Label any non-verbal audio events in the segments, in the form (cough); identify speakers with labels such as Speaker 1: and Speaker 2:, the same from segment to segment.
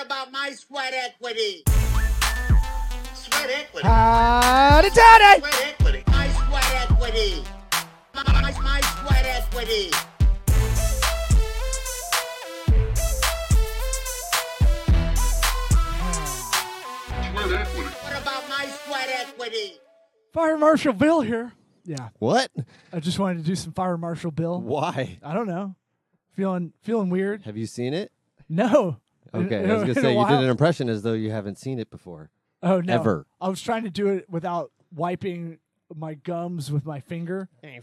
Speaker 1: about my sweat equity. Sweat equity.
Speaker 2: Howdy, Tony.
Speaker 1: Sweat equity. My sweat equity. My, my, my sweat equity.
Speaker 3: Sweat equity.
Speaker 1: What about my sweat equity?
Speaker 2: Fire Marshal Bill here. Yeah,
Speaker 4: What?
Speaker 2: I just wanted to do some Fire Marshal Bill.
Speaker 4: Why?
Speaker 2: I don't know. Feeling feeling weird?
Speaker 4: Have you seen it?
Speaker 2: No. In-
Speaker 4: (laughs) Okay,
Speaker 2: (laughs) in
Speaker 4: I
Speaker 2: a-
Speaker 4: was gonna
Speaker 2: in a
Speaker 4: say you did
Speaker 2: while.
Speaker 4: an impression as though you haven't seen it (laughs) before.
Speaker 2: Oh no.
Speaker 4: ever.
Speaker 2: I was trying to do it without wiping my gums with my finger.
Speaker 4: yeah,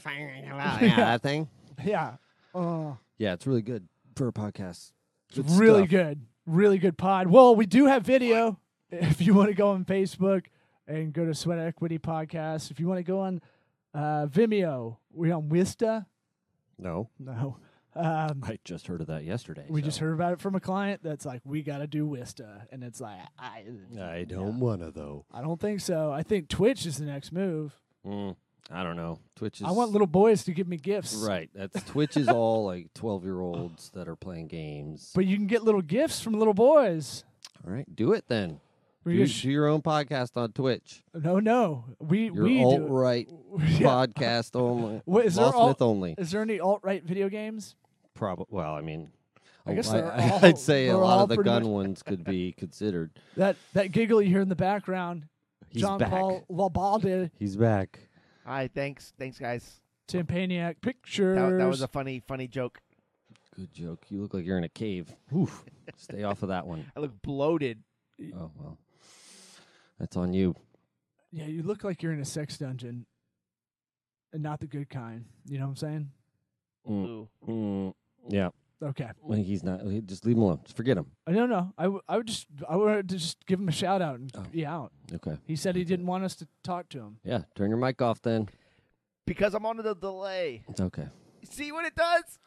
Speaker 4: that (laughs) thing.
Speaker 2: Yeah. Uh,
Speaker 4: Yeah, it's really good for a podcast.
Speaker 2: it's
Speaker 4: Good
Speaker 2: really
Speaker 4: stuff.
Speaker 2: good. Really good pod. Well, we do have video. If you want to go on Facebook and go to Sweat Equity Podcast. If you want to go on uh, Vimeo, we're on Wista.
Speaker 4: No,
Speaker 2: No. Um,
Speaker 4: I just heard of that yesterday.
Speaker 2: we just
Speaker 4: so-
Speaker 2: heard about it from a client that's like, we got to do Wista. And it's like, I,
Speaker 4: I don't wanna though.
Speaker 2: I don't think so. I think Twitch is the next move.
Speaker 4: Mm, I don't know. Twitch is.
Speaker 2: I want little boys to give me gifts.
Speaker 4: (laughs) Right. That's Twitch is all like twelve year olds that are playing games.
Speaker 2: But you can get little gifts from little boys.
Speaker 4: all right, do it then.
Speaker 2: We
Speaker 4: do,
Speaker 2: just-
Speaker 4: do your own podcast on Twitch.
Speaker 2: no, no. We
Speaker 4: Your
Speaker 2: we
Speaker 4: alt
Speaker 2: do.
Speaker 4: right
Speaker 2: (laughs) Yeah.
Speaker 4: podcast only.
Speaker 2: What, is there
Speaker 4: Law
Speaker 2: alt-
Speaker 4: Smith only.
Speaker 2: Is there any alt right video games?
Speaker 4: Probably. Well, I mean,
Speaker 2: I guess they're
Speaker 4: (laughs)
Speaker 2: all-
Speaker 4: would say a
Speaker 2: they're
Speaker 4: lot
Speaker 2: all
Speaker 4: of the
Speaker 2: pretty
Speaker 4: gun
Speaker 2: much- (laughs)
Speaker 4: ones could be considered.
Speaker 2: That that giggle you hear in the background,
Speaker 4: He's
Speaker 2: John
Speaker 4: back.
Speaker 2: Paul Labalde,
Speaker 4: He's back.
Speaker 5: All right, thanks, thanks, guys.
Speaker 2: Tim Paniak pictures.
Speaker 5: That, that was a funny, funny joke.
Speaker 4: Good joke. You look like you're in a cave. Oof. (laughs) Stay off of that one.
Speaker 5: I look bloated.
Speaker 4: Oh well, that's on you.
Speaker 2: yeah. You look like you're in a sex dungeon, and not the good kind. You know what I'm saying?
Speaker 4: Mm,
Speaker 5: Ooh.
Speaker 4: mm, yeah.
Speaker 2: Okay.
Speaker 4: Well, he's not. he- Just leave him alone. Just forget him.
Speaker 2: I don't know. Uh, I, w- I would just I wanted to just give him a shout out and
Speaker 4: Oh.
Speaker 2: be out.
Speaker 4: Okay.
Speaker 2: He said he didn't want us to talk to him.
Speaker 4: Yeah. Turn your mic off then.
Speaker 5: Because I'm on the delay.
Speaker 4: It's okay.
Speaker 5: See what it does?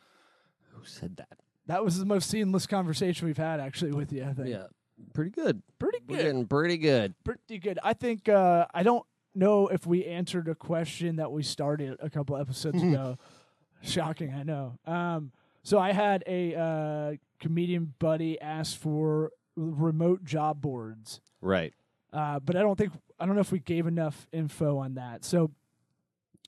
Speaker 4: Who said that?
Speaker 2: That was the most seamless conversation we've had actually with you. I think.
Speaker 4: Yeah. Pretty good.
Speaker 2: Pretty
Speaker 4: We're
Speaker 2: good.
Speaker 4: getting pretty good.
Speaker 2: pretty good. I think uh, I don't know if we answered a question that we started a couple
Speaker 4: (laughs)
Speaker 2: episodes ago. Shocking, I know. Um, so I had a uh, comedian buddy ask for remote job boards,
Speaker 4: Right.
Speaker 2: uh, but I don't think I don't know if we gave enough info on that. So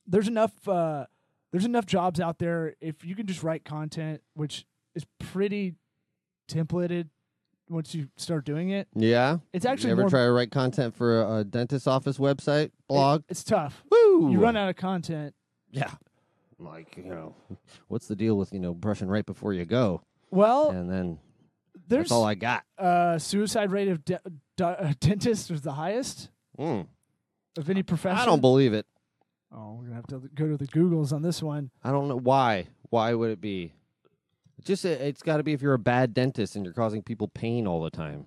Speaker 2: there's enough uh, there's enough jobs out there if you can just write content, which is pretty templated. Once you start doing it,
Speaker 4: Yeah.
Speaker 2: it's actually
Speaker 4: you ever
Speaker 2: more
Speaker 4: try to write content for a, a dentist office website blog?
Speaker 2: it's tough.
Speaker 4: Woo!
Speaker 2: you run out of content.
Speaker 4: Yeah. Like, you know, (laughs) what's the deal with, you know, brushing right before you go?
Speaker 2: Well,
Speaker 4: And then
Speaker 2: there's
Speaker 4: that's all I got.
Speaker 2: uh, suicide rate of de- de- uh, dentists was the highest
Speaker 4: Mm.
Speaker 2: of any profession.
Speaker 4: I don't believe it.
Speaker 2: oh, we're gonna have to go to the Googles on this one.
Speaker 4: I don't know why. Why would it be? Just it- it's got to be if you're a bad dentist and you're causing people pain all the time.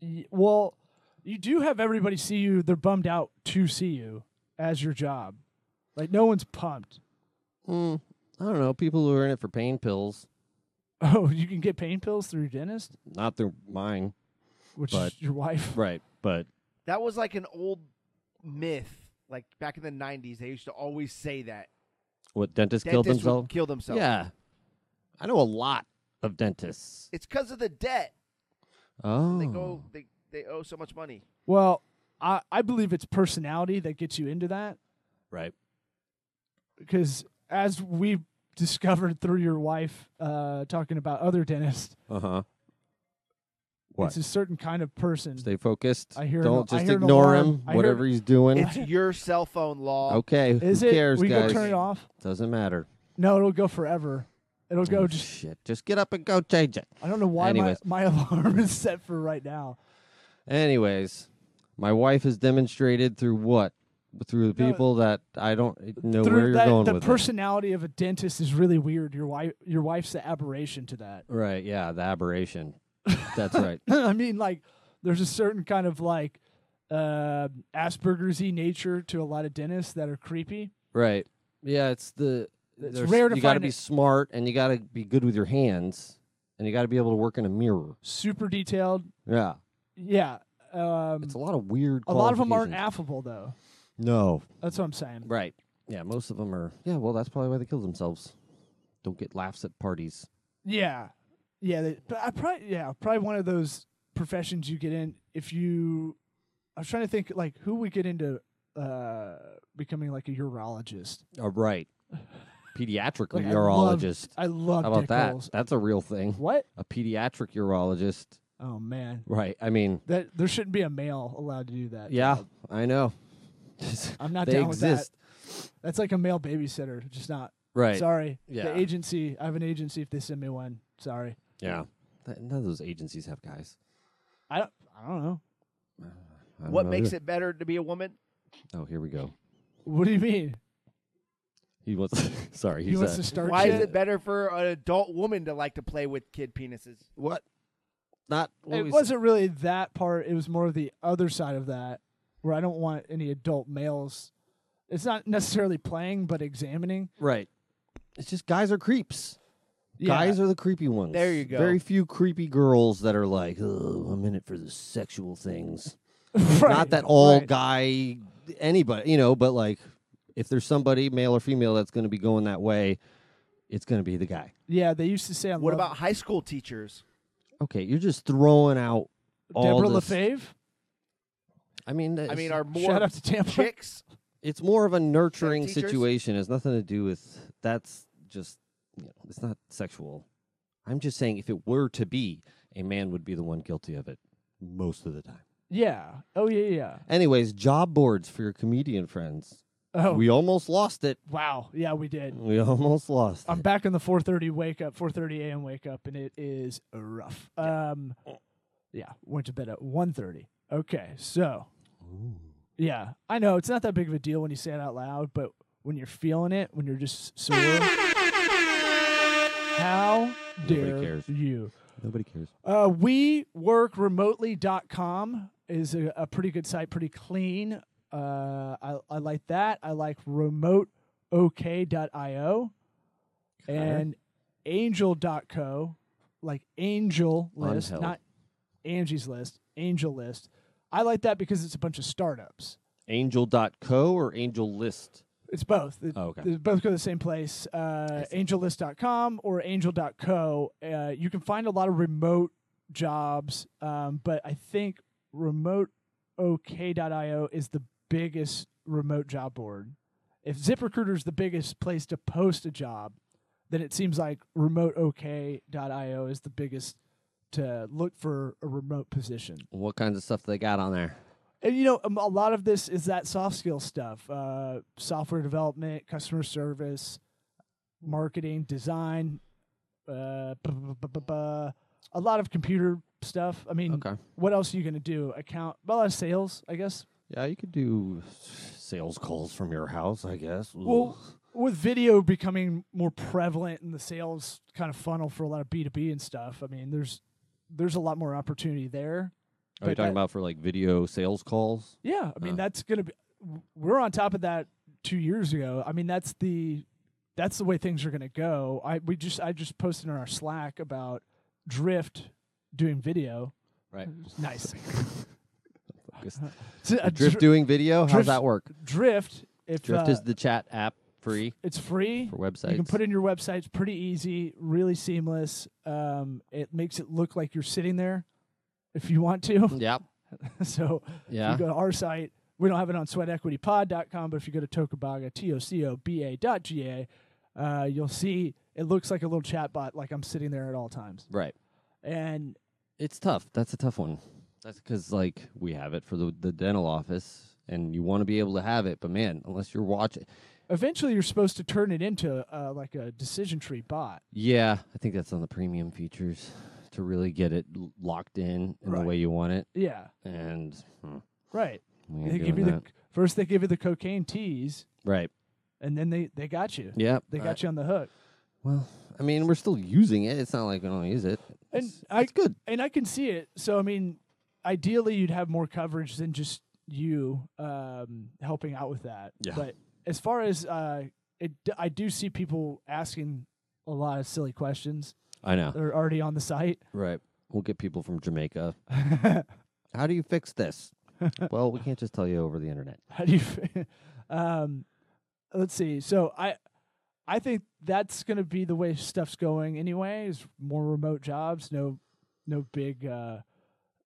Speaker 2: Y- well, you do have everybody see you; they're bummed out to see you as your job. Like no one's pumped. (laughs)
Speaker 4: Mm. I don't know. People who are in it for pain pills,
Speaker 2: Oh, you can get pain pills through your dentist,
Speaker 4: not through mine.
Speaker 2: which
Speaker 4: But-
Speaker 2: is your wife.
Speaker 4: Right. But
Speaker 5: That was like an old myth. Like back in the '90s, they used to always say that
Speaker 4: what dentists, killed
Speaker 5: dentists
Speaker 4: themselves?
Speaker 5: would kill themselves.
Speaker 4: Yeah. I know a lot of dentists.
Speaker 5: it's because of the debt.
Speaker 4: Oh.
Speaker 5: They go, they they owe so much money.
Speaker 2: Well, I I believe it's personality that gets you into that.
Speaker 4: Right.
Speaker 2: because as we discovered through your wife uh, talking about other dentists,
Speaker 4: Uh huh. What?
Speaker 2: it's a certain kind of person.
Speaker 4: Stay focused.
Speaker 2: I hear an al-
Speaker 4: Don't
Speaker 2: I
Speaker 4: just
Speaker 2: hear an
Speaker 4: ignore
Speaker 2: alarm.
Speaker 4: him.
Speaker 2: I hear-
Speaker 4: Whatever he's doing.
Speaker 5: It's your cell phone law.
Speaker 4: okay.
Speaker 2: Is
Speaker 4: who
Speaker 2: it?
Speaker 4: cares,
Speaker 2: we
Speaker 4: guys?
Speaker 2: go turn it off?
Speaker 4: Doesn't matter.
Speaker 2: No, it'll go forever. It'll go.
Speaker 4: Oh,
Speaker 2: Just
Speaker 4: shit. Just get up and go change it.
Speaker 2: I don't know
Speaker 4: (laughs)
Speaker 2: why my,
Speaker 4: Anyways.
Speaker 2: my (laughs) alarm is set for right now.
Speaker 4: Anyways, my wife has demonstrated through what? Through the
Speaker 2: No,
Speaker 4: people that I don't know
Speaker 2: Through
Speaker 4: where you're
Speaker 2: that,
Speaker 4: going
Speaker 2: the
Speaker 4: with it.
Speaker 2: personality of a dentist is really weird. Your wife, your wife's the aberration to that. (laughs)
Speaker 4: Right. Yeah. The aberration. That's right.
Speaker 2: I mean, like, there's a certain kind of like uh, Asperger's y nature to a lot of dentists that are creepy.
Speaker 4: Right. Yeah. It's the.
Speaker 2: It's
Speaker 4: there's-
Speaker 2: rare to
Speaker 4: you gotta
Speaker 2: find
Speaker 4: be
Speaker 2: it-
Speaker 4: smart and you got to be good with your hands and you got to be able to work in a mirror.
Speaker 2: Super detailed.
Speaker 4: Yeah.
Speaker 2: Yeah. Um,
Speaker 4: It's a lot of weird.
Speaker 2: A lot of them aren't
Speaker 4: qualifications.
Speaker 2: affable though.
Speaker 4: No.
Speaker 2: That's what I'm saying.
Speaker 4: Right. Yeah, most of them are. Yeah, well, that's probably why they kill themselves. Don't get laughs at parties.
Speaker 2: Yeah, yeah. They, but I probably yeah probably one of those professions you get in if you I was trying to think like who would get into uh becoming like a urologist.
Speaker 4: Oh, right. Pediatric
Speaker 2: Like, I love-
Speaker 4: urologist.
Speaker 2: I love
Speaker 4: How about
Speaker 2: dick
Speaker 4: that?
Speaker 2: holes.
Speaker 4: That's a real thing.
Speaker 2: What?
Speaker 4: A pediatric urologist.
Speaker 2: Oh man.
Speaker 4: Right. I mean,
Speaker 2: That there shouldn't be a male allowed to do that.
Speaker 4: yeah, I know.
Speaker 2: I'm not
Speaker 4: they
Speaker 2: down with
Speaker 4: exist.
Speaker 2: that. That's like a male babysitter, just not.
Speaker 4: Right.
Speaker 2: Sorry.
Speaker 4: Yeah.
Speaker 2: The agency, I have an agency if they send me one. Sorry.
Speaker 4: Yeah. Th- None of those agencies have guys.
Speaker 2: I don't I don't know.
Speaker 4: I don't
Speaker 5: What
Speaker 4: know
Speaker 5: makes
Speaker 4: either.
Speaker 5: it better to be a woman?
Speaker 4: Oh, here we go.
Speaker 2: What do you mean?
Speaker 4: He wants. (laughs) sorry.
Speaker 2: He
Speaker 4: he's,
Speaker 2: wants
Speaker 4: uh,
Speaker 2: to start
Speaker 5: Why
Speaker 2: shit?
Speaker 5: is it better for an adult woman to like to play with kid penises?
Speaker 4: What? Not. What
Speaker 2: it
Speaker 4: we s-
Speaker 2: wasn't really that part. It was more of the other side of that, where I don't want any adult males. It's not necessarily playing, but examining.
Speaker 4: Right. It's just guys are creeps. Guys
Speaker 2: (laughs)
Speaker 4: are the creepy ones.
Speaker 5: There you go.
Speaker 4: Very few creepy girls that are like, oh, I'm in it for the sexual things.
Speaker 2: right,
Speaker 4: Not that all
Speaker 2: right.
Speaker 4: guy, anybody, you know, but like if there's somebody, male or female, that's going to be going that way, it's going to be the guy.
Speaker 2: Yeah, they used to say on
Speaker 5: What
Speaker 2: Love-
Speaker 5: about high school teachers?
Speaker 4: Okay. You're just throwing out all
Speaker 2: Deborah
Speaker 4: this-
Speaker 2: LaFave?
Speaker 4: I mean,
Speaker 5: I
Speaker 4: it's-
Speaker 5: mean, are more
Speaker 2: Shout out to Tampa.
Speaker 5: chicks?
Speaker 4: it's more of a nurturing
Speaker 5: teachers?
Speaker 4: situation. It has nothing to do with that's just you know, it's not sexual. I'm just saying if it were to be, a man would be the one guilty of it most of the time.
Speaker 2: Yeah. Oh yeah, yeah.
Speaker 4: Anyways, job boards for your comedian friends.
Speaker 2: Oh
Speaker 4: We almost lost it.
Speaker 2: wow. Yeah, we did.
Speaker 4: We almost lost
Speaker 2: I'm
Speaker 4: it.
Speaker 2: back in the 4:30 wake up, 4:30 a.m. wake up, and it is rough. Um, yeah, went to bed at 1:30. Okay, so yeah, I know it's not that big of a deal when you say it out loud, but when you're feeling it, when you're just sore, how
Speaker 4: Nobody
Speaker 2: dare
Speaker 4: cares.
Speaker 2: you?
Speaker 4: Nobody cares.
Speaker 2: Uh, WeWorkRemotely.com is a, a pretty good site, pretty clean. Uh, I, I like that. I like remoteok.io and angel.co, like angel list,
Speaker 4: Unheld.
Speaker 2: not Angie's list, angel list. I like that because it's a bunch of startups.
Speaker 4: Angel.co or Angel List?
Speaker 2: It's both. It-
Speaker 4: Oh, okay.
Speaker 2: They both go to the same place, uh, angellist.com or angel.co. Uh, you can find a lot of remote jobs, um, but I think remoteok.io is the biggest remote job board. If ZipRecruiter is the biggest place to post a job, then it seems like remoteok.io is the biggest to look for a remote position.
Speaker 4: What kinds of stuff they got on there?
Speaker 2: And you know, um, a lot of this is that soft skill stuff: uh, software development, customer service, marketing, design, uh, bu- bu- bu- bu- bu- a lot of computer stuff. I mean,
Speaker 4: Okay.
Speaker 2: what else are you going to do? Account, well, a lot of sales, I guess.
Speaker 4: Yeah, you could do sales calls from your house, I guess.
Speaker 2: Well, with video becoming more prevalent in the sales kind of funnel for a lot of B two B and stuff, I mean, there's there's a lot more opportunity there.
Speaker 4: are you
Speaker 2: but uh, that-
Speaker 4: talking about for like video sales calls?
Speaker 2: Yeah, I mean
Speaker 4: Uh.
Speaker 2: that's gonna be. We're on top of that two years ago. I mean that's the that's the way things are gonna go. I we just I just posted in our Slack about Drift doing video.
Speaker 4: Right. (laughs)
Speaker 2: Nice.
Speaker 4: Focus.
Speaker 2: So, uh,
Speaker 4: Drift
Speaker 2: Dr-
Speaker 4: doing video? How's
Speaker 2: Drift's-
Speaker 4: that work?
Speaker 2: Drift. If
Speaker 4: Drift
Speaker 2: uh,
Speaker 4: is the chat app free
Speaker 2: it's free.
Speaker 4: for websites.
Speaker 2: You can put in your websites. Pretty easy. Really seamless. Um, it makes it look like you're sitting there, if you want to. (laughs)
Speaker 4: Yep.
Speaker 2: so If
Speaker 4: Yeah.
Speaker 2: you go to our site, we don't have it on sweatequitypod.com, but if you go to Tokobaga, T O C O B A dot G A, uh, you'll see it looks like a little chatbot, like I'm sitting there at all times.
Speaker 4: Right.
Speaker 2: And
Speaker 4: It's tough. That's a tough one. That's because like we have it for the the dental office, and you want to be able to have it, but man, unless you're watching,
Speaker 2: eventually you're supposed to turn it into uh, like a decision tree bot.
Speaker 4: yeah, I think that's on the premium features to really get it l- locked in in the
Speaker 2: Right.
Speaker 4: way you want it.
Speaker 2: Yeah,
Speaker 4: And hmm,
Speaker 2: right.
Speaker 4: we
Speaker 2: They
Speaker 4: ain't
Speaker 2: give you
Speaker 4: doing
Speaker 2: the
Speaker 4: that.
Speaker 2: first they give you the cocaine teas,
Speaker 4: right.
Speaker 2: and then they they got you.
Speaker 4: Yeah.
Speaker 2: They got
Speaker 4: Alright.
Speaker 2: you on the hook.
Speaker 4: Well, I mean, we're still using it. It's not like we don't use it.
Speaker 2: And
Speaker 4: It's,
Speaker 2: I-
Speaker 4: it's good.
Speaker 2: and I can see it. So I mean, ideally, you'd have more coverage than just you um, helping out with that.
Speaker 4: Yeah.
Speaker 2: But as far as uh, it, d- I do see people asking a lot of silly questions.
Speaker 4: I know.
Speaker 2: They're already on the site. (laughs)
Speaker 4: Right. We'll get people from Jamaica. How do you fix this?
Speaker 2: (laughs)
Speaker 4: well, we can't just tell you over the internet.
Speaker 2: How do you? f- um, let's see. So I, I think that's going to be the way stuff's going anyway. Is more remote jobs. No, no big. Uh,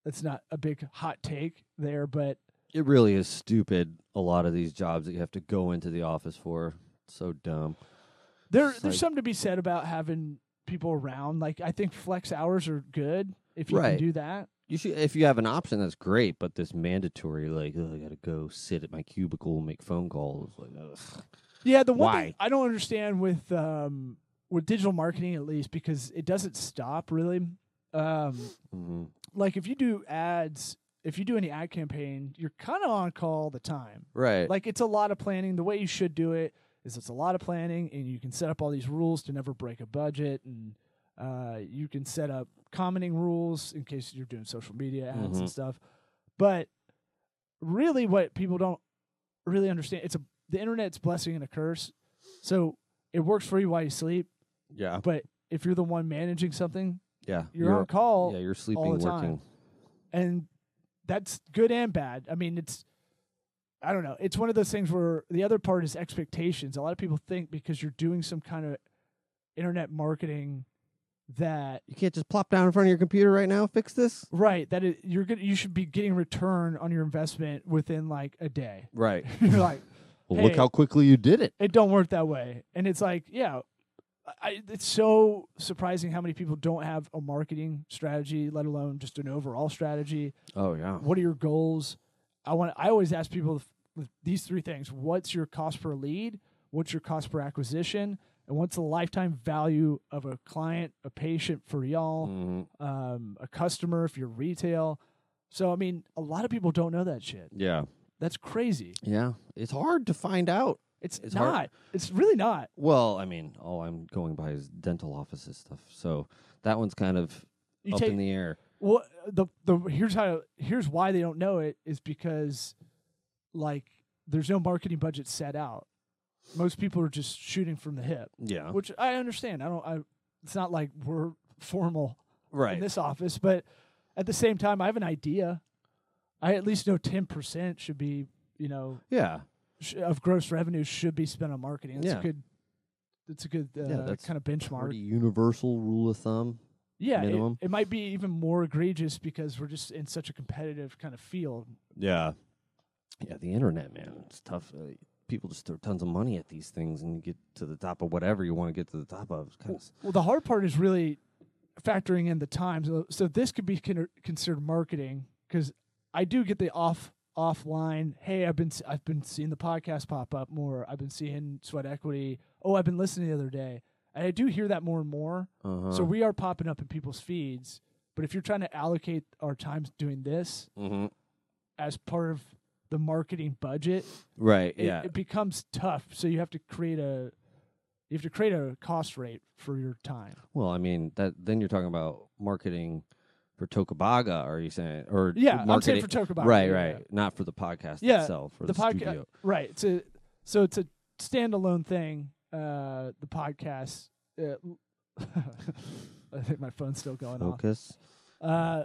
Speaker 2: that's not a big hot take there, but
Speaker 4: It really is stupid. A lot of these jobs that you have to go into the office for. So dumb.
Speaker 2: there
Speaker 4: It's
Speaker 2: there's
Speaker 4: like-
Speaker 2: something to be said about having people around. Like I think flex hours are good if you
Speaker 4: Right.
Speaker 2: can do that.
Speaker 4: You should, if you have an option, that's great. But this mandatory, like, oh, I gotta go sit at my cubicle and make phone calls. Like, ugh.
Speaker 2: Yeah, the one
Speaker 4: Why?
Speaker 2: thing I don't understand with um with digital marketing at least because it doesn't stop really. Um
Speaker 4: Mhm.
Speaker 2: like if you do ads, if you do any ad campaign, you're kind of on call all the time.
Speaker 4: right?
Speaker 2: Like it's a lot of planning. The way you should do it is it's a lot of planning, and you can set up all these rules to never break a budget, and uh, you can set up commenting rules in case you're doing social media ads and
Speaker 4: Mhm.
Speaker 2: stuff. But really, what people don't really understand it's a the internet's blessing and a curse. So it works for you while you sleep,
Speaker 4: yeah,
Speaker 2: but if you're the one managing something,
Speaker 4: yeah.
Speaker 2: you're, on call
Speaker 4: Yeah, you're sleeping,
Speaker 2: the time.
Speaker 4: working.
Speaker 2: and that's good and bad. I mean, it's I don't know. It's one of those things where the other part is expectations. A lot of people think because you're doing some kind of internet marketing that
Speaker 4: You can't just plop down in front of your computer right now. Fix this.
Speaker 2: right that it, you're gonna you should be getting return on your investment within like a day. (laughs)
Speaker 4: Right. (laughs)
Speaker 2: you're like
Speaker 4: Well,
Speaker 2: Hey.
Speaker 4: look how quickly you did it.
Speaker 2: it don't work that way, and it's like yeah. I, it's so surprising how many people don't have a marketing strategy, let alone just an overall strategy.
Speaker 4: Oh yeah.
Speaker 2: what are your goals i want i always ask people th- these three things what's your cost per lead what's your cost per acquisition and what's the lifetime value of a client a patient for y'all
Speaker 4: Mhm.
Speaker 2: um, a customer if you're retail so i mean a lot of people don't know that shit
Speaker 4: Yeah.
Speaker 2: that's crazy
Speaker 4: Yeah. It's hard to find out.
Speaker 2: it's,
Speaker 4: It's
Speaker 2: not
Speaker 4: hard.
Speaker 2: it's really not
Speaker 4: Well, I mean, all I'm going by is dental offices stuff. So that one's kind of
Speaker 2: you
Speaker 4: up
Speaker 2: take
Speaker 4: in the air.
Speaker 2: Well, the the here's how here's why they don't know it is because like there's no marketing budget set out. Most people are just shooting from the hip,
Speaker 4: Yeah.
Speaker 2: which I understand. I don't. I it's not like we're formal in
Speaker 4: Right.
Speaker 2: this office, but at the same time, I have an idea. I at least know ten percent should be you know
Speaker 4: yeah.
Speaker 2: sh- of gross revenue should be spent on marketing. That's
Speaker 4: Yeah.
Speaker 2: a good. That's a good uh,
Speaker 4: that's
Speaker 2: kind of benchmark.
Speaker 4: Pretty universal rule of thumb.
Speaker 2: Yeah, it-
Speaker 4: minimum.
Speaker 2: It, might be even more egregious because we're just in such a competitive kind of field.
Speaker 4: Yeah. Yeah, the internet, man. It's tough. Uh, people just throw tons of money at these things and you get to the top of whatever you want to get to the top of. It's kind of
Speaker 2: Well, the hard part is really factoring in the time. So, so this could be con- considered marketing because I do get the off offline. Hey, I've been s- I've been seeing the podcast pop up more. I've been seeing sweat equity. Oh, I've been listening the other day, and I do hear that more and more.
Speaker 4: uh-huh.
Speaker 2: So we are popping up in people's feeds. But if you're trying to allocate our time doing this
Speaker 4: Mhm.
Speaker 2: as part of the marketing budget,
Speaker 4: right,
Speaker 2: it,
Speaker 4: yeah.
Speaker 2: it becomes tough. So you have to create a you have to create a cost rate for your time.
Speaker 4: Well, I mean, that then you're talking about marketing for Tokabaga, are you saying? Or
Speaker 2: Yeah, I'm saying
Speaker 4: marketing
Speaker 2: for Tokabaga.
Speaker 4: Right,
Speaker 2: yeah.
Speaker 4: right. Not for the podcast
Speaker 2: Yeah,
Speaker 4: itself, for
Speaker 2: The
Speaker 4: the,
Speaker 2: podcast,
Speaker 4: studio.
Speaker 2: right? It's a so it's a standalone thing. Uh, the podcast. Uh, (laughs) I think my phone's still going off.
Speaker 4: Focus.
Speaker 2: Uh,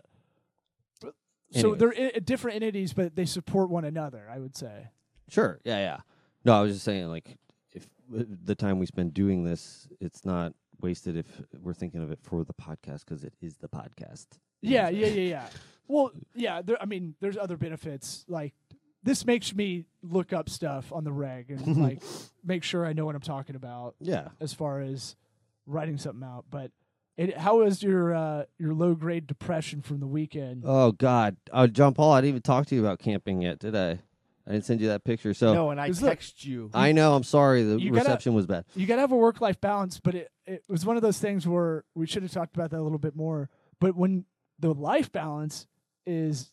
Speaker 2: but- so
Speaker 4: Anyways.
Speaker 2: they're I- different entities, but they support one another. I would say.
Speaker 4: Sure. Yeah, yeah. No, I was just saying, like, if uh, the time we spend doing this, it's not wasted if we're thinking of it for the podcast because it is the podcast. You know what
Speaker 2: Yeah,
Speaker 4: I'm
Speaker 2: yeah,
Speaker 4: saying?
Speaker 2: yeah, yeah. Well, yeah. There, I mean, there's other benefits. Like this makes me look up stuff on the reg
Speaker 4: (laughs)
Speaker 2: and like make sure I know what I'm talking about
Speaker 4: Yeah.
Speaker 2: as far as writing something out. But it, how is your uh, your low grade depression from the weekend?
Speaker 4: Oh God, oh John Paul, I didn't even talk to you about camping yet, did I? I didn't send you that picture. So
Speaker 5: no, and I
Speaker 2: 'cause look-
Speaker 5: text you.
Speaker 4: I know. I'm sorry. The
Speaker 2: You gotta-
Speaker 4: reception was bad.
Speaker 2: you gotta have a work life balance, but it, it was one of those things where we should have talked about that a little bit more. But when the life balance is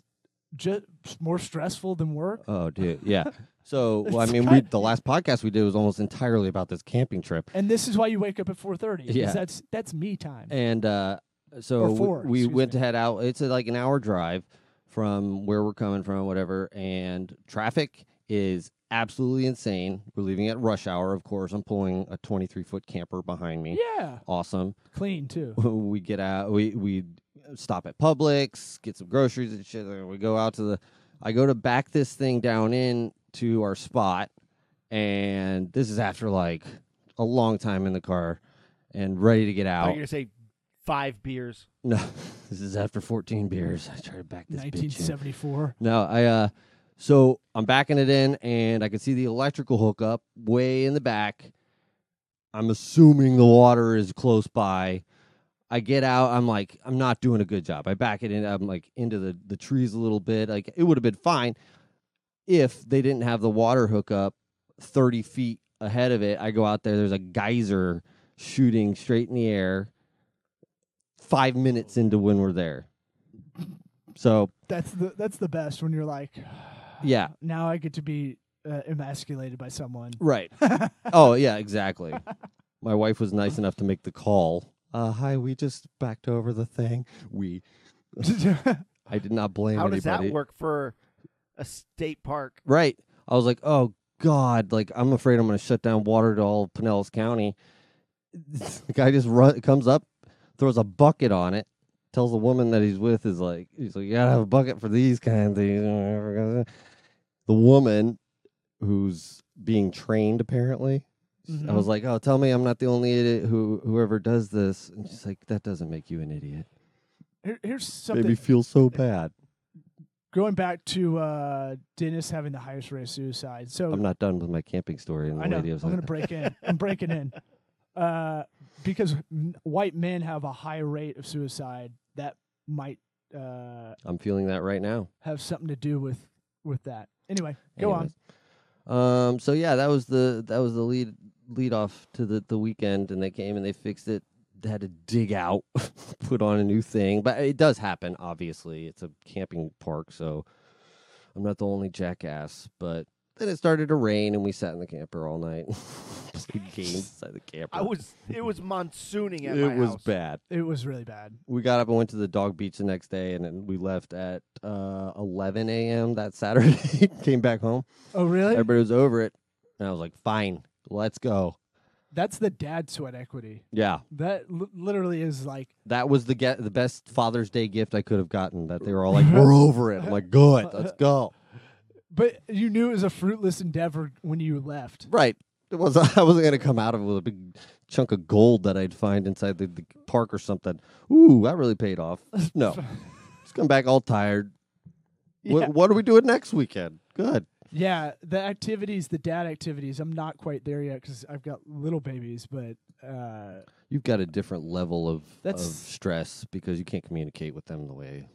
Speaker 2: just more stressful than work,
Speaker 4: Oh, dude.
Speaker 2: (laughs)
Speaker 4: Yeah. So well, I
Speaker 2: It's
Speaker 4: mean, we,
Speaker 2: got-
Speaker 4: the last podcast we did was almost entirely about this camping trip,
Speaker 2: and this is why you wake up at four thirty.
Speaker 4: Yeah.
Speaker 2: that's that's me time.
Speaker 4: and uh, so
Speaker 2: Or
Speaker 4: we-
Speaker 2: four,
Speaker 4: we,
Speaker 2: excuse
Speaker 4: went
Speaker 2: me.
Speaker 4: to head out. It's uh, like an hour drive from where we're coming from, whatever. And traffic is absolutely insane. We're leaving at rush hour, of course. I'm pulling a 23 foot camper behind me.
Speaker 2: Yeah,
Speaker 4: Awesome.
Speaker 2: clean too.
Speaker 4: (laughs) we get out we we stop at Publix, get some groceries and shit. and We go out to the I go to back this thing down in to our spot and this is after like a long time in the car and ready to get
Speaker 5: Thought you were
Speaker 4: out.
Speaker 5: gonna say five beers.
Speaker 4: (laughs) No, this is after 14 beers. I try to back this bitch in.
Speaker 2: 1974.
Speaker 4: No, I uh so I'm backing it in and I can see the electrical hookup way in the back. I'm assuming the water is close by. I get out, I'm like, I'm not doing a good job. I back it in, I'm like into the, the trees a little bit. Like it would have been fine if they didn't have the water hookup thirty feet ahead of it. I go out there, there's a geyser shooting straight in the air five minutes into when we're there. So
Speaker 2: That's the that's the best when you're like,
Speaker 4: yeah,
Speaker 2: now I get to be uh, emasculated by
Speaker 4: (laughs)
Speaker 2: someone.
Speaker 4: Right. oh, yeah, exactly. My wife was nice enough to make the call. Uh, hi, we just backed over the thing. We. I did not blame
Speaker 5: How
Speaker 4: anybody.
Speaker 5: does that work for a state park?
Speaker 4: Right. I was like, oh, God, like, I'm afraid I'm going to shut down water to all of Pinellas County. (laughs) the guy just run, comes up, throws a bucket on it, tells the woman that he's with, is like, he's like, you got to have a bucket for these kind of things. (laughs) The woman who's being trained, apparently, I
Speaker 2: Mhm.
Speaker 4: was like, "Oh, tell me I'm not the only idiot who whoever does this." And she's like, "That doesn't make you an idiot.
Speaker 2: Here- here's
Speaker 4: Made
Speaker 2: something.
Speaker 4: me feel so bad.
Speaker 2: Going back to uh, Dennis having the highest rate of suicide. So
Speaker 4: I'm not done with my camping story." And the
Speaker 2: Oh. I know.
Speaker 4: lady
Speaker 2: I'm
Speaker 4: was
Speaker 2: going
Speaker 4: like,
Speaker 2: to break in. I'm breaking
Speaker 4: (laughs)
Speaker 2: in. Uh, because m- white men have a high rate of suicide. That might uh,
Speaker 4: "I'm feeling that right now."
Speaker 2: have something to do with with that. Anyway, go on.
Speaker 4: Anyways. Um. So yeah, that was the that was the lead lead off to the the weekend, and they came and they fixed it. They had to dig out, (laughs) put on a new thing, but it does happen. Obviously, it's a camping park, so I'm not the only jackass. But then it started to rain, and we sat in the camper all night, (laughs)
Speaker 5: (laughs)
Speaker 4: played games inside the camper.
Speaker 5: I was it was monsooning at my
Speaker 4: it was
Speaker 5: house.
Speaker 4: bad.
Speaker 2: It was really bad.
Speaker 4: We got up and went to the dog beach the next day, and then we left at uh, 11 a.m. that Saturday. (laughs) Came back home.
Speaker 2: Oh, really?
Speaker 4: Everybody was over it, and I was like, "Fine, let's go."
Speaker 2: That's the dad sweat equity.
Speaker 4: Yeah,
Speaker 2: That l- literally is like
Speaker 4: that was the get the best Father's Day gift I could have gotten. That they were all like, "We're over it." I'm like, "Good, let's go."
Speaker 2: But you knew it was a fruitless endeavor when you left.
Speaker 4: Right. It was. (laughs) I wasn't gonna come out of it with a big chunk of gold that I'd find inside the, the park or something. Ooh, that really paid off. (laughs) No, just come back
Speaker 2: (laughs)
Speaker 4: all tired.
Speaker 2: Yeah.
Speaker 4: What, what are we doing next weekend? Good.
Speaker 2: Yeah, the activities, the dad activities. I'm not quite there yet because I've got little babies, but uh,
Speaker 4: You've got a different level of, of
Speaker 2: That's-
Speaker 4: stress because you can't communicate with them the way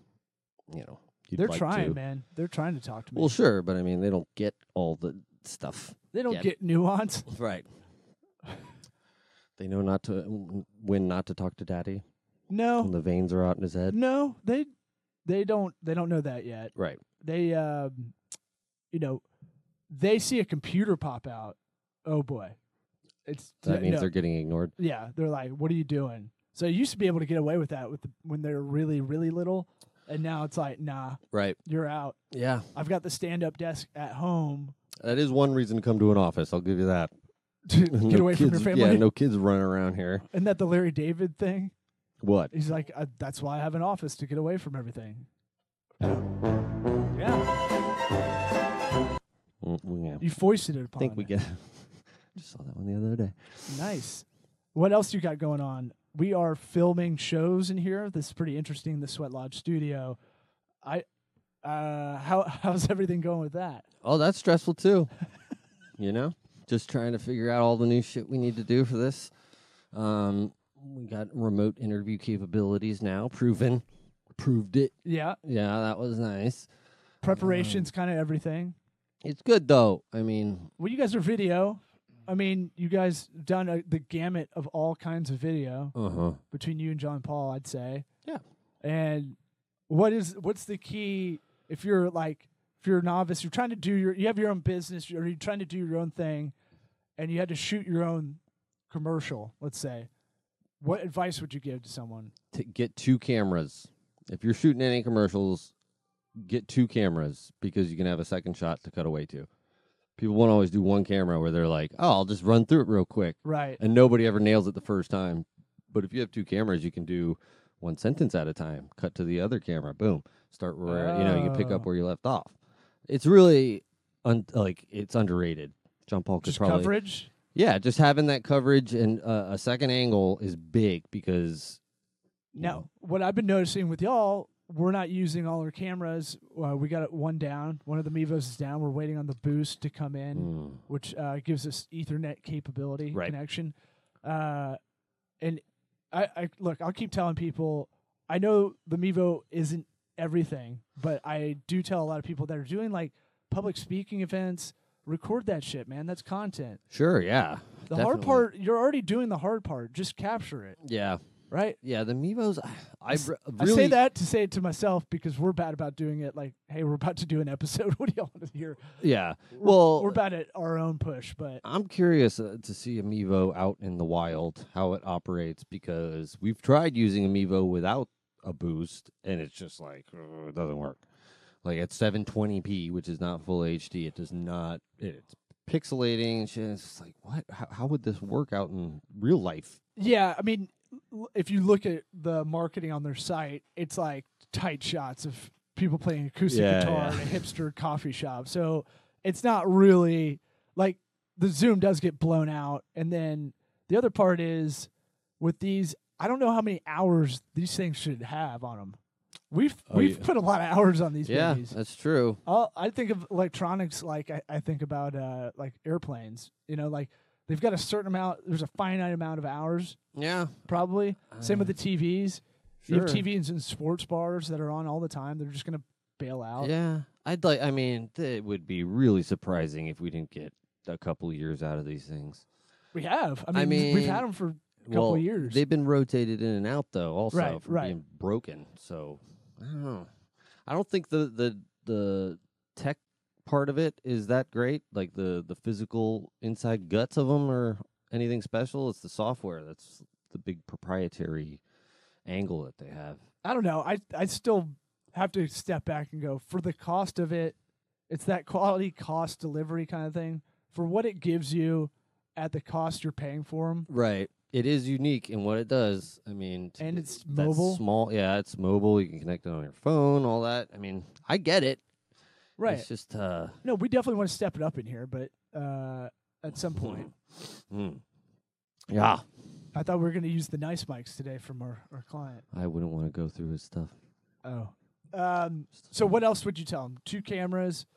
Speaker 4: you know you'd
Speaker 2: they're
Speaker 4: like
Speaker 2: trying,
Speaker 4: to.
Speaker 2: man. They're trying to talk to me.
Speaker 4: Well, sure, but I mean they don't get all the stuff
Speaker 2: they don't
Speaker 4: yeah.
Speaker 2: get nuance.
Speaker 4: right. they know not to when not to talk to daddy when
Speaker 2: No,
Speaker 4: the veins are out in his head.
Speaker 2: no, they they don't they don't know that yet.
Speaker 4: Right.
Speaker 2: They um, you know, they see a computer pop out. Oh boy, it's
Speaker 4: That means
Speaker 2: no.
Speaker 4: they're getting ignored.
Speaker 2: Yeah, they're like, "What are you doing?" So you used to be able to get away with that with the, when they're really, really little, and now it's like, "Nah,
Speaker 4: Right.
Speaker 2: you're out."
Speaker 4: Yeah.
Speaker 2: I've got the stand-up desk at home.
Speaker 4: That is one reason to come to an office. I'll give you that.
Speaker 2: To (laughs)
Speaker 4: No
Speaker 2: get away from your
Speaker 4: kids-
Speaker 2: family.
Speaker 4: Yeah, no kids running around here.
Speaker 2: Isn't that the Larry David thing?
Speaker 4: What?
Speaker 2: (laughs) He's like, I, "That's why I have an office to get away from everything." yeah,
Speaker 4: Mm, well, yeah.
Speaker 2: you foisted it
Speaker 4: I
Speaker 2: upon.
Speaker 4: think we
Speaker 2: me.
Speaker 4: get. (laughs) just saw that one the other day.
Speaker 2: nice. What else you got going on? We are filming shows in here. This is pretty interesting. The Sweat Lodge Studio. I, uh, how how's everything going with that?
Speaker 4: Oh, that's stressful too. (laughs) you know, just trying to figure out all the new shit we need to do for this. Um, we got remote interview capabilities now, proven, proved it.
Speaker 2: Yeah,
Speaker 4: Yeah, that was nice.
Speaker 2: preparations, kind of everything.
Speaker 4: It's good though. I mean,
Speaker 2: Well, you guys are video. I mean, you guys done uh the gamut of all kinds of video
Speaker 4: uh huh.
Speaker 2: between you and John Paul, I'd say.
Speaker 4: Yeah.
Speaker 2: And what is what's the key if you're like if you're a novice, you're trying to do your you have your own business or you're trying to do your own thing, and you had to shoot your own commercial, let's say. What advice would you give to someone?
Speaker 4: T- get two cameras. If you're shooting any commercials, get two cameras because you can have a second shot to cut away to. People won't always do one camera where they're like, "Oh, I'll just run through it real quick."
Speaker 2: Right.
Speaker 4: and nobody ever nails it the first time. But if you have two cameras, you can do one sentence at a time. Cut to the other camera. Boom. Start where you know you pick up
Speaker 2: Oh.
Speaker 4: where you left off. It's really un- like it's underrated. John Paul could
Speaker 2: Just
Speaker 4: probably
Speaker 2: coverage.
Speaker 4: yeah, just having that coverage and uh, a second angle is big because
Speaker 2: Now, what I've been noticing with y'all, we're not using all our cameras. Uh, we got one down. One of the Mevos is down. We're waiting on the boost to come in,
Speaker 4: Mm.
Speaker 2: which uh, gives us Ethernet capability
Speaker 4: Right.
Speaker 2: connection. Uh, and I, I look, I'll keep telling people. I know the Mevo isn't everything, but I do tell a lot of people that are doing like public speaking events. Record that shit, man. That's content.
Speaker 4: Sure, yeah.
Speaker 2: The hard
Speaker 4: definitely.
Speaker 2: part, you're already doing the hard part. Just capture it,
Speaker 4: Yeah.
Speaker 2: right?
Speaker 4: Yeah, the Mevos I, I
Speaker 2: s-
Speaker 4: re-
Speaker 2: I
Speaker 4: really
Speaker 2: say that to say it to myself because we're bad about doing it. Like, hey, we're about to do an episode. (laughs) What do y'all want to hear?
Speaker 4: Yeah. Well,
Speaker 2: We're bad at our own push, but
Speaker 4: I'm curious uh, to see Amiibo out in the wild, how it operates, because we've tried using Amiibo without a boost, and it's just like uh, it doesn't work. Like at 720p, which is not full HD, it does not. It's pixelating and shit. It's just like what? How, how would this work out in real life?
Speaker 2: yeah, I mean, l- if you look at the marketing on their site, it's like tight shots of people playing acoustic
Speaker 4: Yeah,
Speaker 2: guitar
Speaker 4: yeah.
Speaker 2: in a hipster coffee shop. So it's not really like the zoom does get blown out, and then the other part is with these. I don't know how many hours these things should have on them. We've
Speaker 4: Oh,
Speaker 2: we've
Speaker 4: yeah.
Speaker 2: put a lot of hours on these
Speaker 4: Yeah,
Speaker 2: babies.
Speaker 4: that's true.
Speaker 2: i I think of electronics like I, I think about uh, like airplanes. You know, like they've got a certain amount. There's a finite amount of hours,
Speaker 4: Yeah,
Speaker 2: probably. Same with the TVs. You have
Speaker 4: Uh, sure.
Speaker 2: TVs in sports bars that are on all the time. They're just gonna bail out.
Speaker 4: Yeah, I'd like. I mean, th- it would be really surprising if we didn't get a couple years out of these things.
Speaker 2: We have. I mean,
Speaker 4: I
Speaker 2: we've
Speaker 4: mean,
Speaker 2: had them for couple
Speaker 4: well,
Speaker 2: years.
Speaker 4: They've been rotated in and out though, also
Speaker 2: Right,
Speaker 4: from
Speaker 2: right.
Speaker 4: being broken. So I don't know. I don't think the the the tech part of it is that great. Like the the physical inside guts of them or anything special. It's the software that's the big proprietary angle that they have.
Speaker 2: I don't know. I I still have to step back and go for the cost of it. It's that quality cost delivery kind of thing for what it gives you at the cost you're paying for them.
Speaker 4: Right. It is unique in what it does. I mean, to
Speaker 2: And
Speaker 4: get
Speaker 2: it's
Speaker 4: that
Speaker 2: mobile.
Speaker 4: Small, yeah, it's mobile. You can connect it on your phone, all that. I mean, I get it.
Speaker 2: Right.
Speaker 4: It's just uh,
Speaker 2: No, we definitely want to step it up in here, but uh, at some point,
Speaker 4: (laughs) mm. yeah.
Speaker 2: I thought we were going to use the nice mics today from our, our client.
Speaker 4: I wouldn't want to go through his stuff.
Speaker 2: Oh. Um, so, what else would you tell them? Two cameras.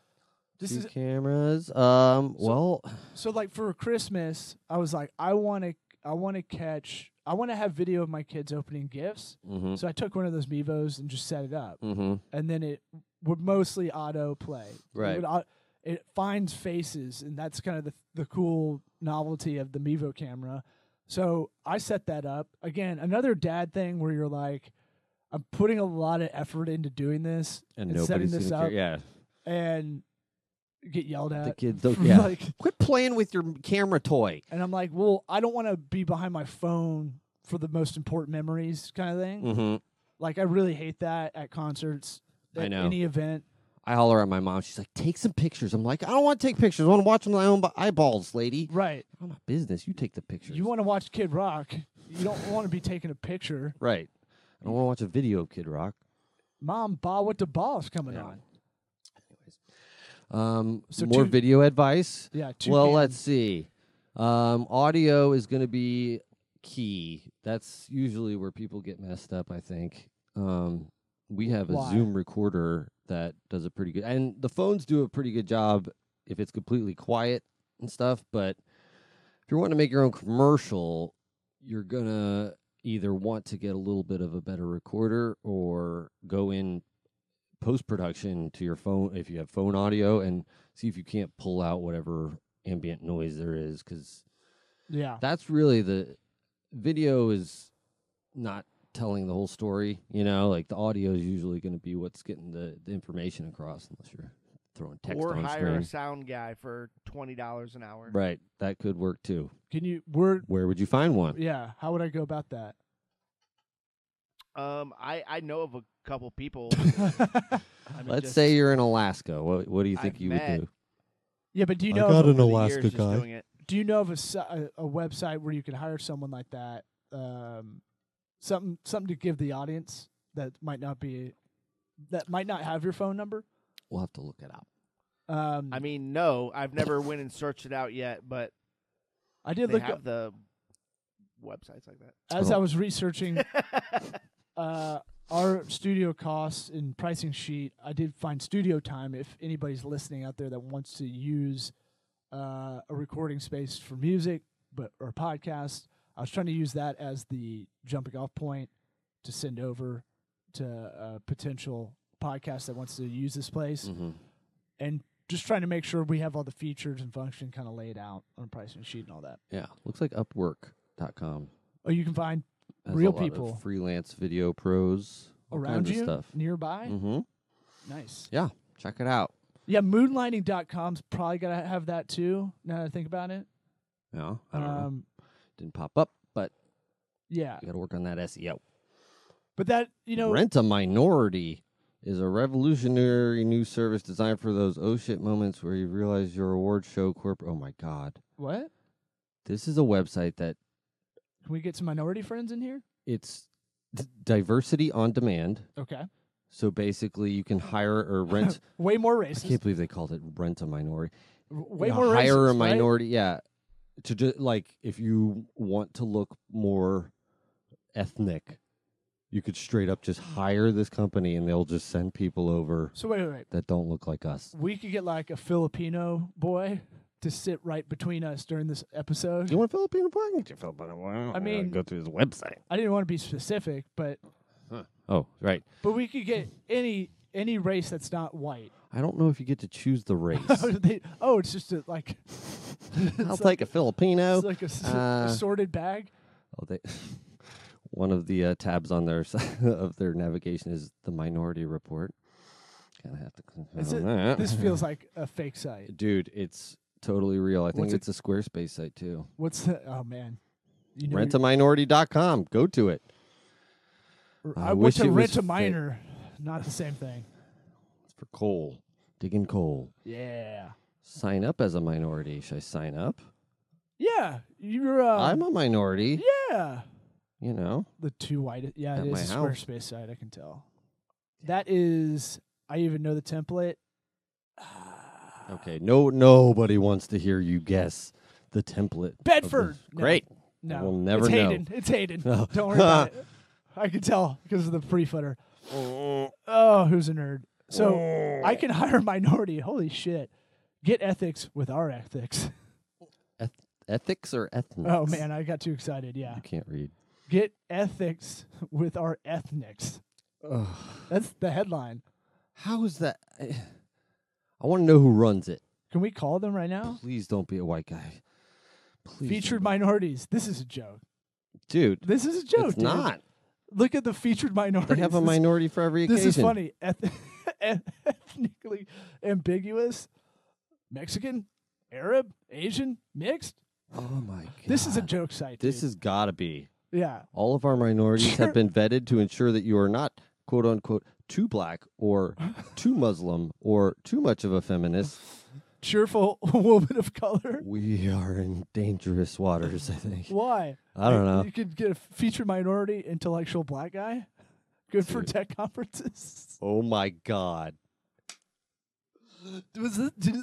Speaker 2: This
Speaker 4: Two
Speaker 2: is
Speaker 4: cameras. Um. well,
Speaker 2: so like for Christmas. I was like, I want to, I want to catch, I want to have video of my kids opening gifts.
Speaker 4: mm-hmm,
Speaker 2: So I took one of those Mevos and just set it up,
Speaker 4: mm-hmm.
Speaker 2: and then it would mostly auto play.
Speaker 4: Right.
Speaker 2: It, would au- it finds faces, and that's kind of the the cool novelty of the Mevo camera. So I set that up again. Another dad thing where you're like, I'm putting a lot of effort into doing this
Speaker 4: and
Speaker 2: It's setting
Speaker 4: nobody's
Speaker 2: this
Speaker 4: gonna
Speaker 2: up.
Speaker 4: care. Yeah.
Speaker 2: and get yelled at.
Speaker 4: The kids don't- yeah.
Speaker 2: like,
Speaker 4: Quit playing with your camera toy.
Speaker 2: and I'm like, well, I don't want to be behind my phone for the most important memories, kind of thing.
Speaker 4: Mm-hmm.
Speaker 2: Like I really hate that at concerts,
Speaker 4: I
Speaker 2: at
Speaker 4: know.
Speaker 2: any event.
Speaker 4: I holler at my mom. She's like, "Take some pictures." I'm like, "I don't want to take pictures. I want to watch with my own b- eyeballs, lady.
Speaker 2: Right.
Speaker 4: I'm my business. You take the pictures.
Speaker 2: You want to watch Kid Rock. You don't want to be taking a picture.
Speaker 4: right? I don't want to watch a video of Kid Rock.
Speaker 2: Mom, ba, what the ball's coming
Speaker 4: Yeah.
Speaker 2: on?
Speaker 4: Um.
Speaker 2: So
Speaker 4: more
Speaker 2: two-
Speaker 4: video advice.
Speaker 2: Yeah. Two
Speaker 4: Well,
Speaker 2: cam-
Speaker 4: let's see. Um, audio is going to be key. That's usually where people get messed up. I think um, we have a
Speaker 2: Why?
Speaker 4: Zoom recorder that does a pretty good, and the phones do a pretty good job if it's completely quiet and stuff. But if you're wanting to make your own commercial, you're gonna either want to get a little bit of a better recorder or go in post production to your phone if you have phone audio and see if you can't pull out whatever ambient noise there is because
Speaker 2: Yeah.
Speaker 4: that's really the video is not telling the whole story you know like the audio is usually going to be what's getting the, the information across unless you're throwing text
Speaker 5: or
Speaker 4: on
Speaker 5: hire
Speaker 4: screen
Speaker 5: a sound guy for twenty dollars an hour.
Speaker 4: right that could work too
Speaker 2: Can you? We're.
Speaker 4: where would you find one
Speaker 2: Yeah. How would I go about that? (laughs)
Speaker 5: Um, I I know of a
Speaker 4: (coughs)
Speaker 5: couple people. I mean,
Speaker 4: let's
Speaker 5: just
Speaker 4: say you're in alaska what, what do you
Speaker 5: I've
Speaker 4: think you
Speaker 5: met-
Speaker 4: would do
Speaker 2: yeah, but do you
Speaker 6: I
Speaker 2: know?
Speaker 6: got
Speaker 2: Of,
Speaker 6: an
Speaker 5: over the
Speaker 6: Alaska
Speaker 5: years just
Speaker 6: guy.
Speaker 5: doing it.
Speaker 2: do you know of a, s- a- a website where you can hire someone like that? Um, something something to give the audience that might not be, that might not have your phone number.
Speaker 4: we'll have to look it up
Speaker 2: Um,
Speaker 5: I mean, no, I've
Speaker 4: (coughs)
Speaker 5: never went and searched it out yet, but
Speaker 2: I did
Speaker 5: they
Speaker 2: look
Speaker 5: have the websites like that.
Speaker 2: as
Speaker 4: Oh.
Speaker 2: I was researching (laughs) uh, our studio costs and pricing sheet, I did find studio time. If anybody's listening out there that wants to use uh, a recording space for music, but or podcast, I was trying to use that as the jumping off point to send over to a potential podcast that wants to use this place,
Speaker 4: hmm
Speaker 2: and just trying to make sure we have all the features and function kind of laid out on a pricing sheet and all that.
Speaker 4: Yeah, looks like Upwork.com.
Speaker 2: Oh, you can find
Speaker 4: has
Speaker 2: Real
Speaker 4: a lot of
Speaker 2: people.
Speaker 4: freelance video pros, all
Speaker 2: around
Speaker 4: kinds
Speaker 2: you,
Speaker 4: of stuff.
Speaker 2: nearby.
Speaker 4: Mm-hmm.
Speaker 2: Nice.
Speaker 4: Yeah, check it out.
Speaker 2: Yeah, moonlighting.com's probably going to have that too, now that I think about it.
Speaker 4: Yeah, I don't know.
Speaker 2: um,
Speaker 4: Didn't pop up, but
Speaker 2: Yeah.
Speaker 4: you got to work on that SEO.
Speaker 2: But that, you know,
Speaker 4: Rent a Minority is a revolutionary new service designed for those oh shit moments where you realize your award show corp. Oh my god,
Speaker 2: what?
Speaker 4: this is a website that
Speaker 2: Can we get some minority friends in here?
Speaker 4: it's d- diversity on demand.
Speaker 2: Okay.
Speaker 4: So basically, you can hire
Speaker 2: (laughs)
Speaker 4: or rent.
Speaker 2: Way more
Speaker 4: I
Speaker 2: racist.
Speaker 4: can't believe they called it rent a minority.
Speaker 2: W- Way
Speaker 4: you know,
Speaker 2: more
Speaker 4: hire
Speaker 2: racist,
Speaker 4: a
Speaker 2: right?
Speaker 4: minority yeah to just like if you want to look more ethnic you could straight up just hire this company and they'll just send people over
Speaker 2: So wait, wait, wait.
Speaker 4: that don't look like us
Speaker 2: We could get like a Filipino boy to sit right between us during this episode.
Speaker 4: you want filipino boy? Get your filipino boy.
Speaker 2: I mean-
Speaker 4: go through his website
Speaker 2: I didn't want to be specific, but
Speaker 4: oh right
Speaker 2: but we could get any any race that's not
Speaker 4: (laughs)
Speaker 2: white. (laughs)
Speaker 4: i don't know if you get to choose the (laughs) race
Speaker 2: They- oh, it's just a, like
Speaker 4: i'll take a filipino
Speaker 2: it's like a s-
Speaker 4: uh,
Speaker 2: assorted bag.
Speaker 4: Oh, they (laughs) one of the uh, tabs on their s- (laughs) of their navigation is the minority report. Kind of have to click
Speaker 2: Is
Speaker 4: on
Speaker 2: it-
Speaker 4: that. (laughs)
Speaker 2: This feels like a fake site.
Speaker 4: dude. It's totally real. I think
Speaker 2: What's it-
Speaker 4: it's a Squarespace site too.
Speaker 2: What's the? Oh man, you know, you-
Speaker 4: Rentaminority.com. Go to it.
Speaker 2: r- I,
Speaker 4: I
Speaker 2: went
Speaker 4: wish
Speaker 2: to
Speaker 4: it was
Speaker 2: rent a
Speaker 4: fake.
Speaker 2: minor. Not the same thing.
Speaker 4: It's for coal, digging coal.
Speaker 2: Yeah.
Speaker 4: Sign up as a minority. Should I sign up?
Speaker 2: Yeah, you're. Uh,
Speaker 4: I'm a minority.
Speaker 2: yeah,
Speaker 4: You know,
Speaker 2: the two white. Yeah,
Speaker 4: At
Speaker 2: it
Speaker 4: my
Speaker 2: is a
Speaker 4: house.
Speaker 2: Squarespace site. I can tell. That is. I even know the template. Ah,
Speaker 4: okay. No, nobody wants to hear you guess the template. of the-
Speaker 2: Bedford. No,
Speaker 4: Great.
Speaker 2: No,
Speaker 4: We'll never
Speaker 2: it's
Speaker 4: know.
Speaker 2: Hayden. It's
Speaker 4: (laughs)
Speaker 2: Hayden.
Speaker 4: No.
Speaker 2: Don't worry about it. I can tell because of the free footer. Oh, who's a nerd? So I can hire a minority. Holy shit! Get ethics with our ethics.
Speaker 4: Eth- ethics or ethnics?
Speaker 2: Oh man, I got too excited. Yeah.
Speaker 4: you can't read.
Speaker 2: Get ethics with our ethnics. That's the headline.
Speaker 4: How is that? (sighs) I, want to know who runs it.
Speaker 2: Can we call them right now?
Speaker 4: Please don't be a white guy. Please
Speaker 2: Featured
Speaker 4: don't
Speaker 2: minorities. This is a joke.
Speaker 4: be- dude.
Speaker 2: This is a joke.
Speaker 4: it's
Speaker 2: dude.
Speaker 4: not.
Speaker 2: Look at the featured minorities.
Speaker 4: They have a
Speaker 2: This-
Speaker 4: minority for every
Speaker 2: This,
Speaker 4: occasion.
Speaker 2: is funny. (laughs) Eth- ethnically ambiguous. Mexican, Arab, Asian, mixed.
Speaker 4: Oh my god.
Speaker 2: This is a joke site.
Speaker 4: This
Speaker 2: dude.
Speaker 4: has got to be.
Speaker 2: yeah.
Speaker 4: All of our minorities
Speaker 2: Sure.
Speaker 4: have been vetted to ensure that you are not quote unquote too black
Speaker 2: (laughs)
Speaker 4: or too Muslim or too much of a feminist.
Speaker 2: Cheerful (laughs) woman of color.
Speaker 4: We are in dangerous waters. I think.
Speaker 2: Why?
Speaker 4: I don't
Speaker 2: You- (laughs)
Speaker 4: know.
Speaker 2: You could get a featured minority intellectual black guy. Good for
Speaker 4: Dude.
Speaker 2: tech (laughs) conferences.
Speaker 4: Oh my god.
Speaker 2: Was this, did,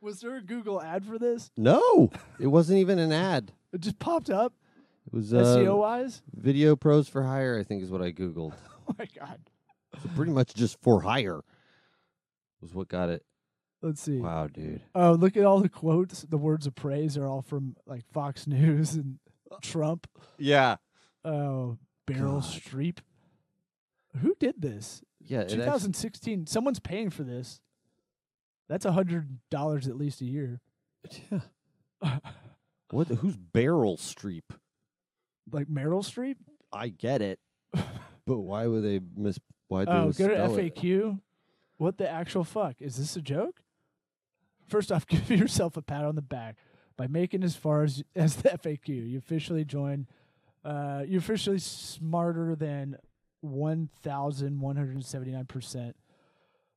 Speaker 2: was there a Google ad for this?
Speaker 4: No, it wasn't even an ad.
Speaker 2: It just popped up
Speaker 4: It was uh,
Speaker 2: SEO wise. (laughs)
Speaker 4: Video pros for hire, I think is what I Googled.
Speaker 2: Oh my god.
Speaker 4: So pretty much just for hire was what got it.
Speaker 2: Let's see.
Speaker 4: Wow, dude.
Speaker 2: Oh, look at all the quotes. The words of praise are all from like Fox (laughs) News and Trump.
Speaker 4: Yeah.
Speaker 2: Oh, Beryl
Speaker 4: God. Uh,
Speaker 2: Streep. Who did this?
Speaker 4: Yeah. it actu-
Speaker 2: 2016. Someone's paying for this. That's a hundred dollars at least a year.
Speaker 4: yeah. What? Who's Barrel Streep?
Speaker 2: Like Meryl Streep.
Speaker 4: I get it. But why would they miss? Why did
Speaker 2: Oh,
Speaker 4: they
Speaker 2: go to
Speaker 4: misspell it?
Speaker 2: FAQ. What the actual fuck? Is this a joke? First off, (laughs) give yourself a pat on the back by making as far as (laughs) as the FAQ. You officially joined. Uh, you're officially smarter than one thousand one hundred seventy nine percent.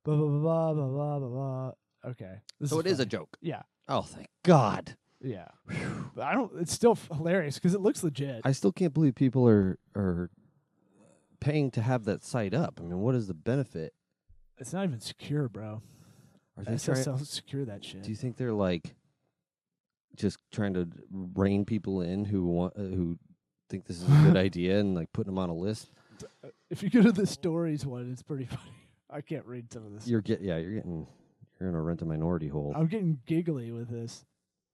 Speaker 2: Blah blah blah blah blah blah blah. Okay, this
Speaker 4: So it is a
Speaker 2: funny.
Speaker 4: joke.
Speaker 2: Yeah,
Speaker 4: Oh, thank God.
Speaker 2: yeah. (sighs) But I don't. It's still f- hilarious because it looks legit.
Speaker 4: I still can't believe people are are paying to have that site up. I mean, what is the benefit?
Speaker 2: it's not even secure, bro.
Speaker 4: Are they trying?
Speaker 2: SSL secure that shit.
Speaker 4: Do you think they're like just trying to
Speaker 2: (laughs)
Speaker 4: rein people in who want uh, who think this is a good idea and like putting them on a list?
Speaker 2: If you go to the stories one, it's pretty (laughs) funny. I can't read some of this.
Speaker 4: You're get yeah, you're getting you're gonna rent a minority hole.
Speaker 2: I'm getting giggly with this.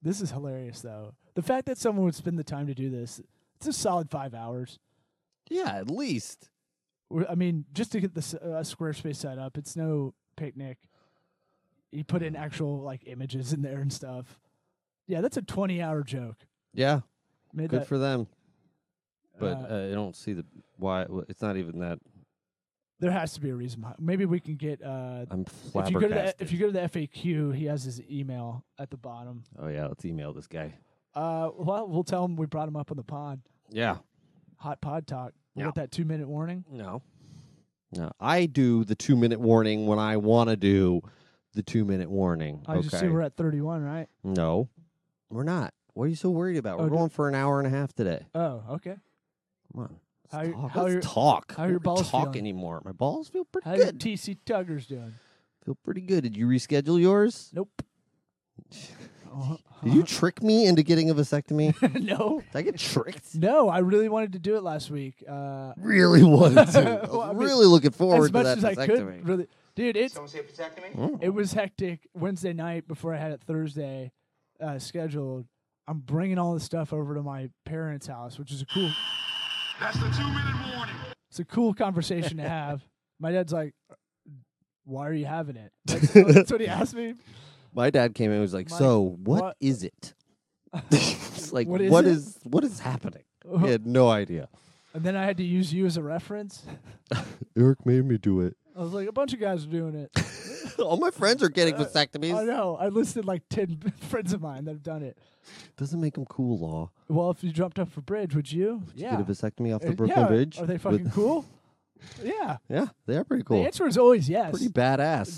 Speaker 2: This is hilarious though. The fact that someone would spend the time to do this, it's a solid five hours.
Speaker 4: yeah, at least.
Speaker 2: We're- I mean, just to get this uh, Squarespace set up, it's no picnic. You put in actual like images in there and stuff. Yeah, that's a 20 hour joke.
Speaker 4: Yeah,
Speaker 2: Made
Speaker 4: good
Speaker 2: that-
Speaker 4: for them. But
Speaker 2: uh,
Speaker 4: uh, I don't see the why. well, It's not even that.
Speaker 2: there has to be a reason. behind- Maybe we can get uh,
Speaker 4: I'm
Speaker 2: if you go to the
Speaker 4: flabbergasted.
Speaker 2: if you go to the FAQ, he has his email at the bottom.
Speaker 4: oh yeah, let's email this guy.
Speaker 2: Uh, well, we'll tell him we brought him up on the pod.
Speaker 4: Yeah.
Speaker 2: Hot pod talk. We
Speaker 4: Yeah.
Speaker 2: got that two minute warning.
Speaker 4: No. No, I do the two minute warning when I want to do the two minute warning.
Speaker 2: I
Speaker 4: okay.
Speaker 2: just see we're at 31, right?
Speaker 4: no, we're not. What are you so worried about?
Speaker 2: Oh,
Speaker 4: We're
Speaker 2: d-
Speaker 4: going for an hour and a half today.
Speaker 2: Oh, okay.
Speaker 4: Come on.
Speaker 2: How your-
Speaker 4: Let's talk.
Speaker 2: how
Speaker 4: Let's
Speaker 2: your-
Speaker 4: talk.
Speaker 2: how
Speaker 4: We
Speaker 2: your
Speaker 4: don't
Speaker 2: balls
Speaker 4: talk
Speaker 2: feeling?
Speaker 4: anymore. My balls feel pretty
Speaker 2: How your
Speaker 4: good.
Speaker 2: TC Tugger's doing?
Speaker 4: feel pretty good. Did you reschedule yours? (laughs)
Speaker 2: Nope. Uh-huh.
Speaker 4: Did you trick me into getting a vasectomy?
Speaker 2: (laughs)
Speaker 4: Did
Speaker 2: no,
Speaker 4: I get tricked?
Speaker 2: no. I really wanted to do it last week. Uh,
Speaker 4: Really (laughs) wanted to. I
Speaker 2: (laughs)
Speaker 4: was
Speaker 2: Well, I mean,
Speaker 4: really looking forward
Speaker 2: as much
Speaker 4: to that
Speaker 2: as I
Speaker 4: vasectomy. Hmm.
Speaker 2: could, really, dude. It's
Speaker 1: Someone say vasectomy?
Speaker 2: it was hectic Wednesday night before I had it Thursday uh, scheduled. I'm bringing all this stuff over to my parents' house, which is a cool,
Speaker 3: (sighs) That's the two minute warning.
Speaker 2: it's a cool conversation to have.
Speaker 3: (laughs)
Speaker 2: My dad's like, "Uh, "Why are you having it?" That's, that's what he asked me.
Speaker 4: (laughs) My dad came in and was like,
Speaker 2: My-
Speaker 4: "So what
Speaker 2: what- (laughs)
Speaker 4: is it?" (laughs) it's like
Speaker 2: What is
Speaker 4: what
Speaker 2: it?"
Speaker 4: is what is happening? He had no idea.
Speaker 2: And then I had to use you as a reference.
Speaker 4: Eric made me do it.
Speaker 2: I was like, a bunch of guys are doing it.
Speaker 4: (laughs) All my friends are
Speaker 2: (laughs)
Speaker 4: getting
Speaker 2: I
Speaker 4: vasectomies.
Speaker 2: know. I listed like 10 (laughs) friends of mine that have done it.
Speaker 4: Doesn't make them cool, law.
Speaker 2: Well, if you jumped off a bridge, would you? yeah.
Speaker 4: Get a vasectomy off
Speaker 2: Uh,
Speaker 4: the Brooklyn
Speaker 2: yeah.
Speaker 4: Bridge.
Speaker 2: Are they
Speaker 4: with-
Speaker 2: fucking cool? yeah.
Speaker 4: (laughs) Yeah, they are pretty
Speaker 2: The
Speaker 4: cool.
Speaker 2: answer is always yes.
Speaker 4: Pretty badass.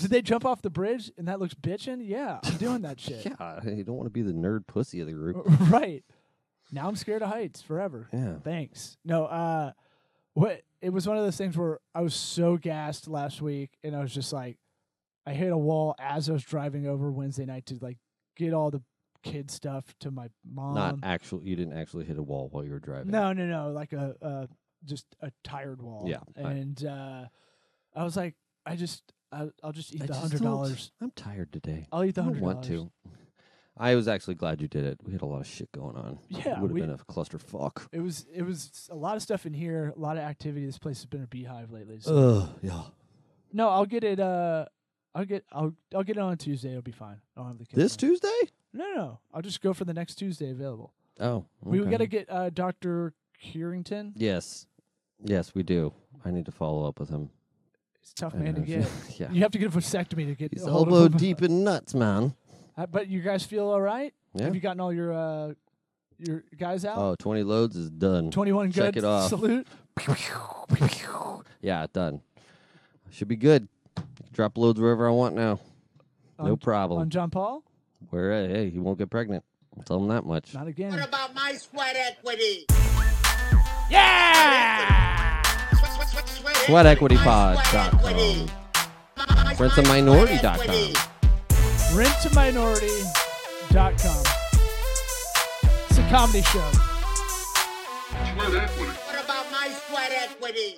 Speaker 2: (laughs) Did they jump off the bridge and that looks bitching? Yeah, I'm doing
Speaker 4: (laughs)
Speaker 2: that shit.
Speaker 4: yeah, you don't want to be the nerd pussy of the group.
Speaker 2: (laughs) right. Now I'm scared of heights forever.
Speaker 4: Yeah.
Speaker 2: Thanks. No, uh what it was one of those things where I was so gassed last week and I was just like I hit a wall as I was driving over Wednesday night to like get all the kid stuff to my mom.
Speaker 4: Not actual. You didn't actually hit a wall while you were driving.
Speaker 2: Uh, um, No, no, no. Like a, a just a tired wall.
Speaker 4: Yeah, I-
Speaker 2: And uh, I was like, I just, I, I'll just eat
Speaker 4: I
Speaker 2: the
Speaker 4: just
Speaker 2: hundred
Speaker 4: don't-
Speaker 2: dollars.
Speaker 4: I'm tired today.
Speaker 2: I'll eat the
Speaker 4: I don't
Speaker 2: hundred
Speaker 4: want
Speaker 2: dollars.
Speaker 4: to. I was actually glad you did it. We had a lot of shit going on.
Speaker 2: Yeah,
Speaker 4: it would have
Speaker 2: we-
Speaker 4: been a clusterfuck.
Speaker 2: It was, it was a lot of stuff in here, a lot of activity. This place has been a beehive lately. So.
Speaker 4: Ugh, yeah.
Speaker 2: no, I'll get it. Uh, I'll get, I'll, I'll get it on Tuesday. It'll be fine. I'll have the kids.
Speaker 4: This
Speaker 2: on.
Speaker 4: Tuesday?
Speaker 2: No, no. I'll just go for the next Tuesday available.
Speaker 4: Oh,
Speaker 2: We
Speaker 4: okay.
Speaker 2: gotta get uh, Doctor Currington.
Speaker 4: Yes, yes, we do. I need to follow up with him.
Speaker 2: It's a tough
Speaker 4: I
Speaker 2: man to
Speaker 4: know.
Speaker 2: get.
Speaker 4: (laughs) yeah,
Speaker 2: You have to get a vasectomy to get
Speaker 4: he's
Speaker 2: a hold of
Speaker 4: elbow
Speaker 2: him.
Speaker 4: deep in nuts, man.
Speaker 2: Uh, But you guys feel all right?
Speaker 4: Yeah.
Speaker 2: Have you gotten all your uh, your guys out?
Speaker 4: Oh, 20 loads is done.
Speaker 2: 21
Speaker 4: check
Speaker 2: good
Speaker 4: it off.
Speaker 2: salute.
Speaker 4: Yeah, done. Should be good. Drop loads wherever I want now. no
Speaker 2: On-
Speaker 4: problem.
Speaker 2: On John Paul?
Speaker 4: Where uh, hey, he won't get pregnant. I'll tell him that much.
Speaker 2: Not
Speaker 1: What
Speaker 2: again.
Speaker 1: about my sweat equity? Yeah!
Speaker 4: Sweatequitypod.com. Friendsofminority.com.
Speaker 2: Rentaminority.com. It's a comedy show.
Speaker 3: Sweat equity.
Speaker 1: What about my sweat equity?